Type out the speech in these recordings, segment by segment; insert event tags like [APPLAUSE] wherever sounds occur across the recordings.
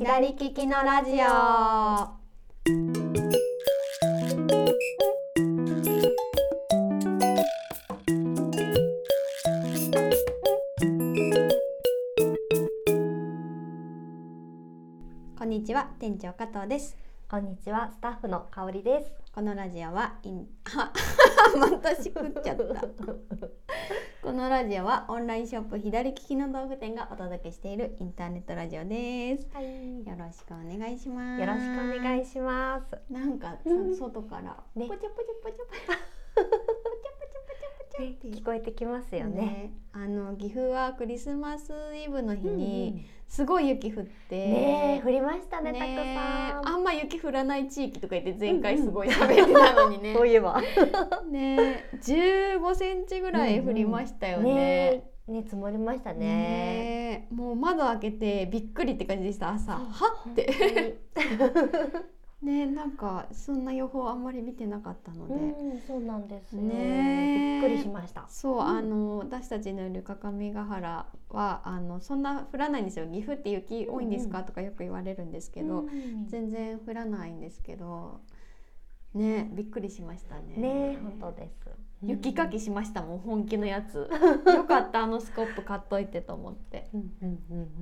左利きのラジオ。こんにちは、店長加藤です。こんにちは、スタッフの香りです。このラジオはインあ [LAUGHS] またしくっちゃった。このラジオはオンラインショップ左利きの道具店がお届けしているインターネットラジオです。はい、よよろしくお願いします。ろしくお願いします。す。なんかさうん外からポチャねポチャポチャポチャポチャポチャポチャポチャねっていう聞こえてきますよね。ねあの岐阜はクリスマスイブの日うんうんにすごい雪降って。ねえ、降りましたね、ねえたくさあんま雪降らない地域とか言って前回うんうすんごい喋ってたのにねん。そういえば。ねえ、15センチぐらい降りましたよね。ねえ、ね、積もりましたね。ねえもう窓開けてびっくりって感じでした朝そうはっ本てねえなんかそんな予報あんまり見てなかったの当で、にうん、そうなんですよ。ねえびっくりしました。そう、んあの私たちのいる各務原はあのそんな降らないんですよ岐阜って雪多いんですか、うんとかよく言われるんですけうど、ん全然降らないんですけどねえびっくりしましたねねえ、本当です。雪かきしましたもん本気のや [LAUGHS] つよかったあのスコップ買っといてと思ってうん。うん、う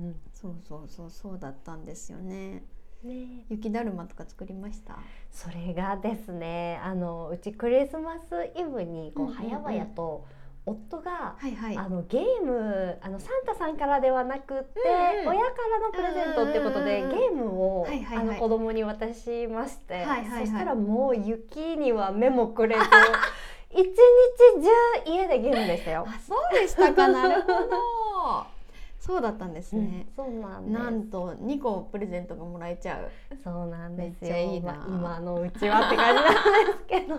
ん、そうそうそうそうだったんですよねうん。ねえ。雪だるまとか作りましたそれがですね、あの、うちクリスマスイブに、こうんう、うんうん早々と。夫が。はいはいあのゲームあのサンタさんからではなくって、うんうん親からのプレゼントってことで、うんうんうんゲームを、はいはいはいあの子供に渡しまして、いはいはいそしたらもう雪には目もくれ [LAUGHS] ず一日中家でゲームでしたよ。あそうでしたかなるほど [LAUGHS] そうだったんですね、そうなんですなんと2個プレゼントがもらえちゃうそうなんですよめっちゃいいなまあ今のうちはって感じなんですけ [LAUGHS] ど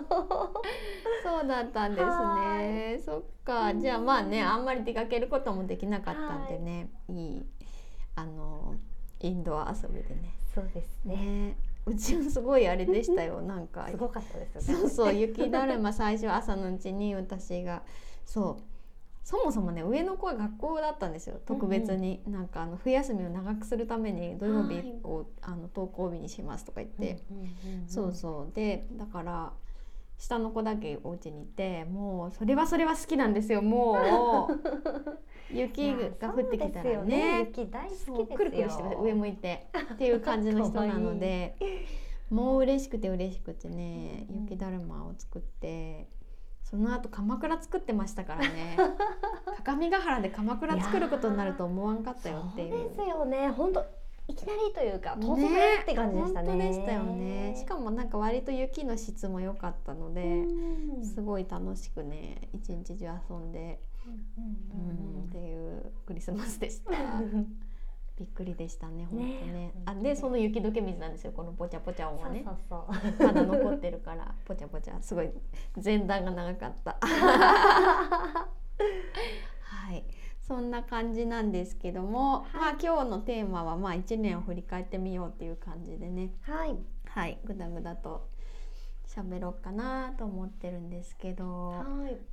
そうだったんですねそっか、うんじゃあまあねあんまり出かけることもできなかったんでねいいあのインドア遊びでねそうですねねうちもすごいあれでしたよなんかすごかったですよね [LAUGHS] そうそう雪だるま最初朝のうちに私がそうそもそもね上の子は学校だったんですよ特別に、なんかあの冬休みを長くするために土曜日を、あの登校日にしますとか言って、うんうんうんそうそうでだから下の子だけお家にいてもうそれはそれは好きなんですよもう雪が降ってきたらいやそうですよね雪大好きですそようくるくるしてます上向いてっていう感じの人なのでもう嬉しくて嬉しくてねうんうん雪だるまを作ってその後鎌倉作ってましたから [LAUGHS] ね各務原で鎌倉作ることになると思わんかったよっていう。そうですよね本当いきなりというかね突然って感じでしたね本当でしたよねしかもなんか割と雪の質も良かったので、うんすごい楽しくね一日中遊んで、ううんんっていうクリスマスで [LAUGHS] したびっくりでしたね本当ねねあでその雪解け水なんですよこのポチャポチャ音はねそうそうそうまだ残ってるからポチャポチャすごい前段が長かった [LAUGHS] はいそんな感じなんですけども、まあ今日のテーマはまあ1年を振り返ってみようっていう感じでねはい [LAUGHS] はいぐだぐだと喋ろうかなと思ってるんですけどは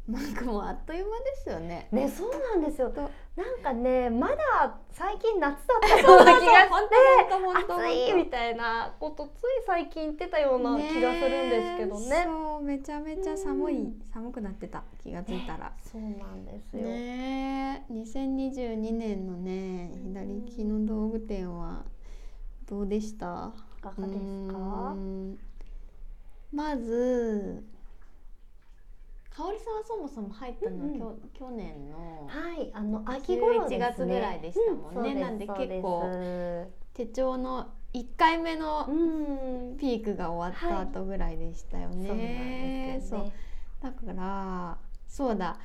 なんかもうあっという間ですよねいねそうなんですよとなんかねまだ最近夏だったような気がして暑いみたいなことつい最近言ってたような気がするんですけどえねそうめちゃめちゃ寒い、うん寒くなってた気がついたら、そうなんですよ、ねえ2022年のねうん左利きの道具店はどうでしたいかがうですかーんまず香織さんはそもそも入ったのは、うんうんきょ去年のはいあの秋頃ですね11月ぐらいでしたもんねうなんでそう結構手帳の1回目うのんピークが終わった後ぐらいでしたよそうなんね。ですそようねだからそうだ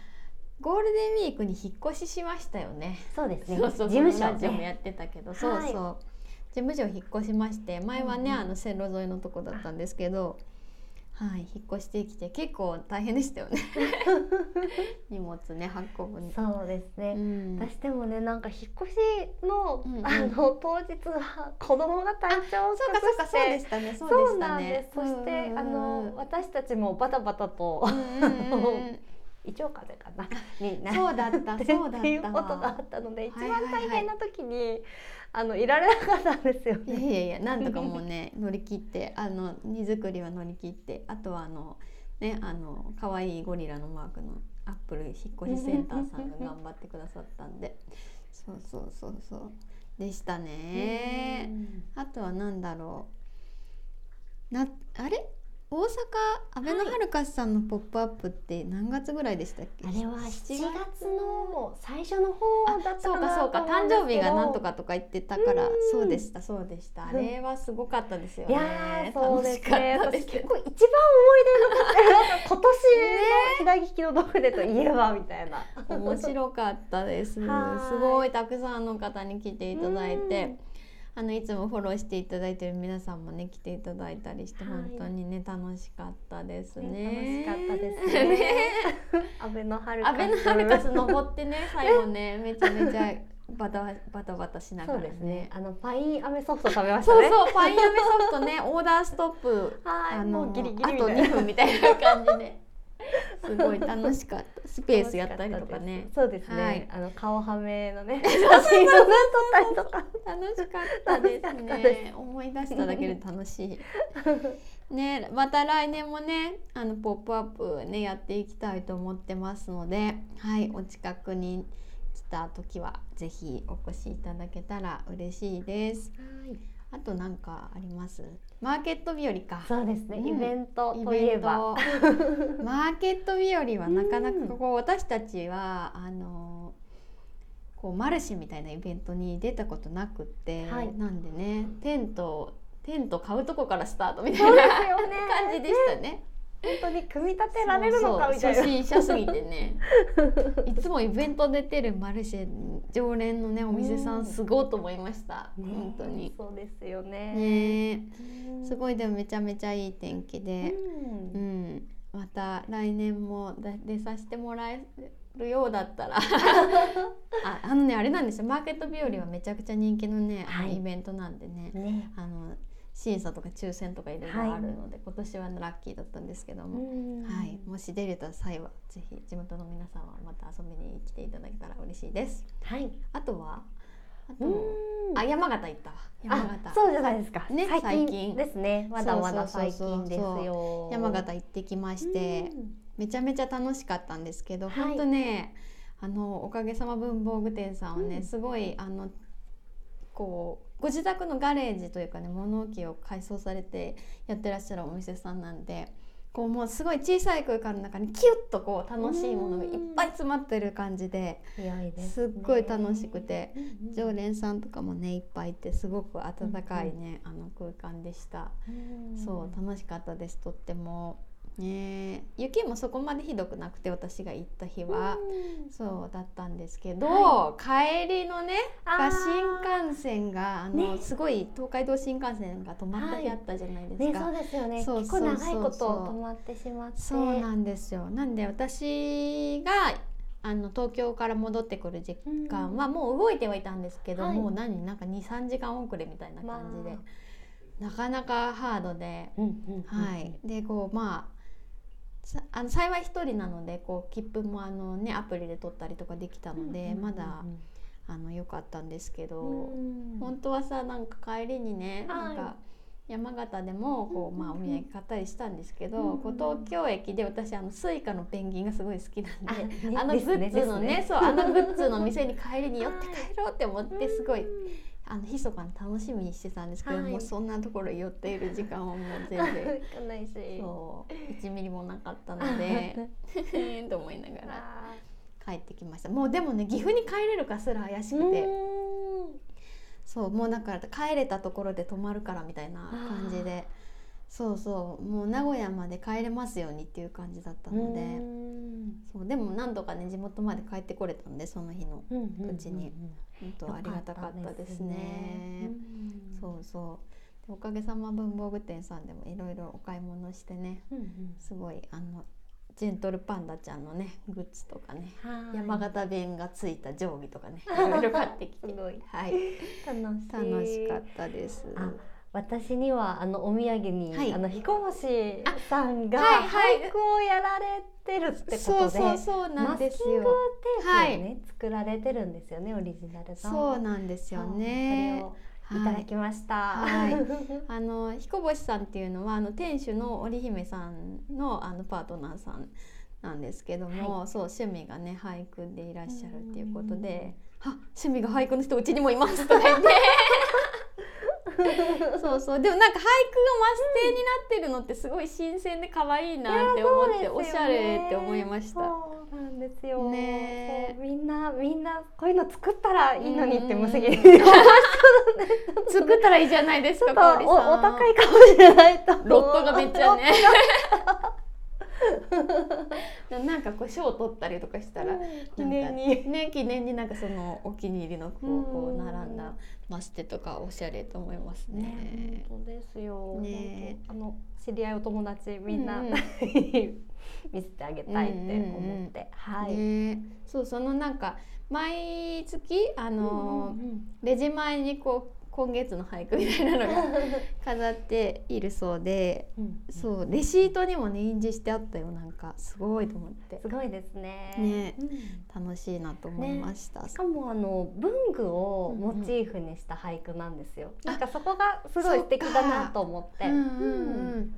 ゴールデンウィークに引っ越ししましたよね。そうですねそうそう事務この所ラジオもやってたけど、いそうそう事務所引っ越しまして前はね、うんうんあの線路沿いのとこだったんですけどはい引っ越してきて結構大変でした [LAUGHS] よね荷物ね運ぶね。そうですね、ん私でもねなんか引っ越しの、うんうんあの当日は子供が体調をそうかそうか崩しそうでてしたねそうでそうしたなんねです。そしてあの私たちもバタバタと [LAUGHS] うんうんうん胃腸風邪か [LAUGHS] なになそうだった [LAUGHS] ってそうだったっていうことがあったので一はいはいはい番大変な時に、あのいられなかったんですよいやね。いやいやなんとかもうね [LAUGHS] 乗り切ってあの荷造りは乗り切ってあとはあのねあの可愛いゴリラのマークのアップル引っ越しセンターさんが頑張ってくださったんでそうそうそうそうでしたね。あとは何だろうなあれ大阪阿部のハルカスさんの「ポップアップって何月ぐらいでしたっけ、あれは七7月の最初の方だあったそうかなかそうかと思誕んですけど生日がなんとかとか言ってたからうんそうでしたそうでしたあれはすごかったですよいねやーそうで楽しすねかったで私すけ結ど構一番思い出の今年の平木のドフレといえばみたいな [LAUGHS] 面白かったですはーいすごいたくさんの方に来ていただいうんてあのいつもフォローしていただいてる皆さんもね来ていただいたりしてはい本当にね楽しかったですねね楽しかったですね安倍のハルカアスベノハルカス登って [LAUGHS] ね最後ねめちゃめちゃバタバタバタしながそらうですねね。あのパインアメソフト食べましたそうねそうパインアメソフトねオーダーストップはいあものうギリギリみあたいなと2分みたいな感じ [LAUGHS] ですごい楽しかったスペースやったりとかねそうですね、はいあの顔はめの [LAUGHS] ね写真をずっと撮ったりとか楽しかったです楽しかったでね思い出しただけで楽しい [LAUGHS] ねまた来年もねあのポップアップねやっていきたいと思ってますのではいお近くに来た時はぜひお越しいただけたら嬉しいですあとなんかありますマーケット日和かそうですね、うんイベントイといベえントばマーケット日和はなかなうんかこう私たちはあのこうマルシェみたいなイベントに出たことなくって、はいなんでねテントテント買うとこからスタートみたそうでい [LAUGHS] すなよね感じでしたね。本当に組み立てられるのかみたいそなうそう初心者すぎてねいつもイベント出てるマルシェ常連のねお店さうんんすごいと思いました、本当ねに。そうですよねねえすいごいでもめちゃめちゃいい天気で。ううんん、また来年もだ出させてもらえるようだったら [LAUGHS] ああのねあれなんですよマーケット日和はめちゃくちゃ人気のね、あのはいイベントなんでねねあの審査とか抽選とかいろいろあるので、今年はラッキーだったんですけども、はい、もし出れた際はぜひ地元の皆さんはまた遊びに来ていただけたら嬉しいです。はいあとはあと、うんあ山形行ったわ山あ形そうじゃないですか、ね最最近近ですねまだまだそうそ最うそうそう近ですよ山形行ってきまして。うんめちゃめちゃ楽しかったんですけど、はい本当ねあのおかげさま文房具店さんはね、うんすごいあのこうご自宅のガレージというかね物置を改装されてやってらっしゃるお店さんなんでこうもうすごい小さい空間の中にキュッとこう楽しいものがいっぱい詰まってる感じで強いですすねっごい楽しくてうんうん常連さんとかもねいっぱいいてすごく温かいね、あの空間でした。うんそう楽しかったですとっても、ねえ、雪もそこまでひどくなくて私が行った日は、うんそうだったんですけど、は帰りのねあー新幹線があの、ねすごい東海道新幹線が止まった日はあいったじゃないですねか。そうですよねそう結構長いこそうそとうそう止まってしまってそうなんですよなんで私があの東京から戻ってくる時間はもう動いてはいたんですけど、はいもう何なんか23時間遅れみたいな感じで、なかなかハードでうんうんうんはい、でこうまあさあの幸い一人なのでこう切符もあの、ね、アプリで取ったりとかできたので、うんうんうんまだあの良かったんですけど、うん本当はさなんか帰りにね、はないんか山形でもこう、まあ、おうん土うんうん産買ったりしたんですけど、うんうんこう東京駅で私あのスイカのペンギンがすごい好きなんで。あねあのグですねッズのねですそうあのグッズの店に帰りに寄ってはい帰ろうって思ってすごいうんあの密かに楽しみにしてたんですけど、はいもうそんなところ寄っている時間はもう全あ然行かないしそう1ミリもなかったの [LAUGHS] でへーと思いながらあ帰ってきましたもうでもね岐阜に帰れるかすら怪しーくてうんそうもうだから帰れたところで泊まるからみたいな感じでそうそうもう名古屋まで帰れますようにっていう感じだったのうでんそうでも何度かね地元まで帰ってこれたんでその日のうんうんうんうちに本当ありがたかったですね。そうそうでおかげさま文房具店さんでもいろいろお買い物してねうんうんすごいあのジェントルパンダちゃんのねグッズとかねはい山形弁がついた定 [LAUGHS] 規とかねいろいろ買ってきてすごいはい楽しい楽しかったですあ私にはあのお土産に、はいあの彦星さんがあはいはい俳句をやられてるってこそうとで、そうそうなマんスキですングよ。テープをね、作られてるんですよねオリジナルの。そうなんですよね。そうそれをいただきました。 [LAUGHS] はいあの彦星さんっていうのはあの店主の織姫さんのあのパートナーさんなんですけども、そう趣味がね俳句でいらっしゃるっていうことで「あ趣味が俳句の人うちにもいます」とか言ってそうそうでもなんか俳句がマス停になってるのってすごい新鮮で可愛いなって思って、おしゃれって思いました。そうなんですよ。ねそうみんなみんなこういうの作ったらいいのにって無責任。うんちょ作ったらいいじゃないですかっと香織さおおん高いかもしれないと思 [LAUGHS] う。ロットがめっちゃねなんかこう賞を取ったりとかしたら記念に。ね記念になんかそのお気に入りのこううんこう並んだマステとかおしゃれと思いますねね。、本当ですよ。ね本当あの知り合いお友達みんな、うんうん [LAUGHS] 見せてあげたいって思って、はい。ねそうそのなんか毎月ああの、レジ前にこう今月の俳句みたいなのが飾っているそうで、うんそうレシートにもね印字してあったよなんかすごいと思ってすごいですね。ねうん楽しいなと思いました。しかもあの文具をモチーフにした俳句なんですよ。なんかそこがすごい素敵だなと思って。うんうんううんん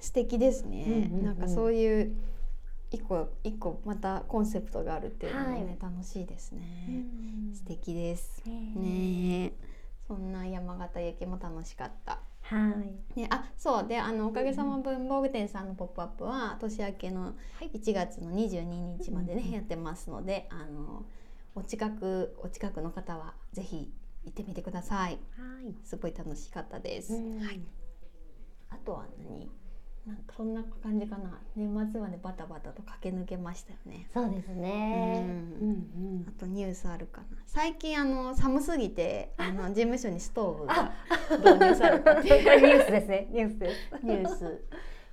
素敵ですね、うんうんうんなんかそういう一個一個またコンセプトがあるっていうのもね、楽しいですね、素敵ですね。ねえそんな山形焼きも楽しかったはい。ね、あそうであのおかげさま文房具店さんの「ポップアップは年明けの1月の22日までね、うんうんやってますのであのお近くお近くの方はぜひ行ってみてくださいはい。すごい楽しかったです、うんはい、あとは何なんかそんな感じかな年末までバタバタと駆け抜けましたよねそうですね。うんうんあとニュースあるかな最近あの寒すぎてあ [LAUGHS] の事務所にストーブが導入されたってニいうュースですね。ニュースです。ニュース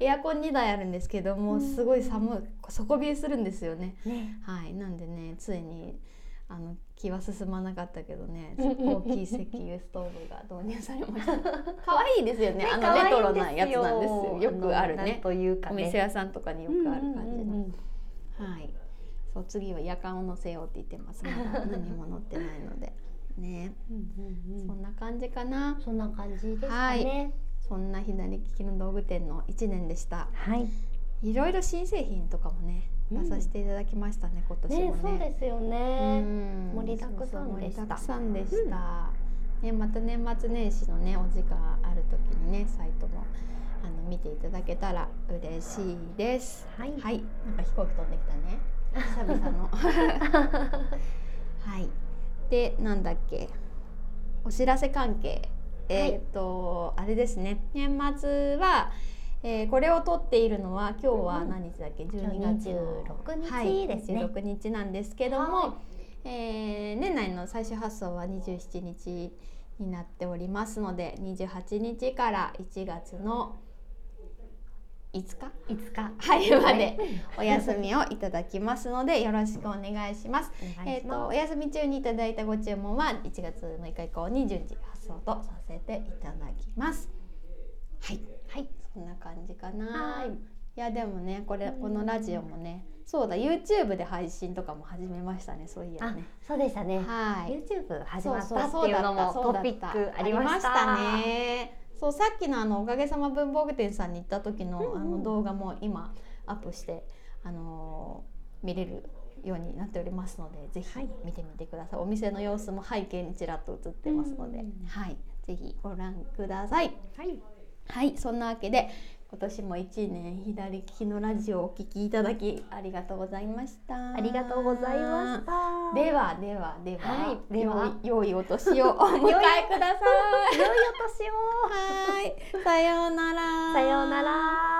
エアコン2台あるんですけどもすごい寒い底冷えするんですよねね。はいなんでねついにあの気は進まなかったけど [LAUGHS] ねうんうん大きい石油ストーブが導入されま [LAUGHS] した可愛いですよねあの可愛いんレでトロすよなやつなんですよよくあるのなんねというかおね。店屋さんとかによくある感じうんうんうのんはいそう次は夜間を乗せようって言ってますま [LAUGHS] だ何も乗ってないのでねうんうんうそんんな感じかなそんな感じですかはいね。そんな左利きの道具店の1年でしたはい。いろいろ新製品とかもねうん出させていただきましたね、今年ねも、そうね。ですようね。ん盛りだくさんでそうそう盛りしただくさんでした。ねまた年末年始のねお時間ある時にねサイトもあの見ていただけたら嬉しいです。はいはい、なんか飛行機飛んできたね。久々の。はい。で、なんだっけ。お知らせ関係。えーっと、あれですね。年末は。えーこれを撮っているのは今日は何日だっけ、今日12月の26日はいですね26日なんですけども、はいえー年内の最終発送は27日になっておりますので28日から1月の5日いつかはい、までお休みをいただきますのでよろしくお願いします。 [LAUGHS] お願えいっ、しとまおす。休み中にいただいたご注文は1月6日以降に順次発送とさせていただきます。はい、はいそんな感じかな。はいいやでもね、これうんこのラジオもね、そうだ YouTube で配信とかも始めましたね。そういやあね。、そうでしたね。はい。 YouTube 始そまうったそうっていうのもそうだトったピそうだッったクありましたありました。ねそうさっきのあのおかげさま文房具店さんに行った時の、うんうんあの動画も今アップしてあのー見れるようになっておりますのでぜひはい見てみてください、お店の様子も背景にちらっと映ってますので、うんはいぜひご覧くださいはい。はいそんなわけで今年も一年左利きのラジオをお聞きいただきありがとうございましたありがとうございました。ではではでは、はいでは良い良いお年をお迎えください。 [LAUGHS] 良いお年を。はい、さようなら。さようなら。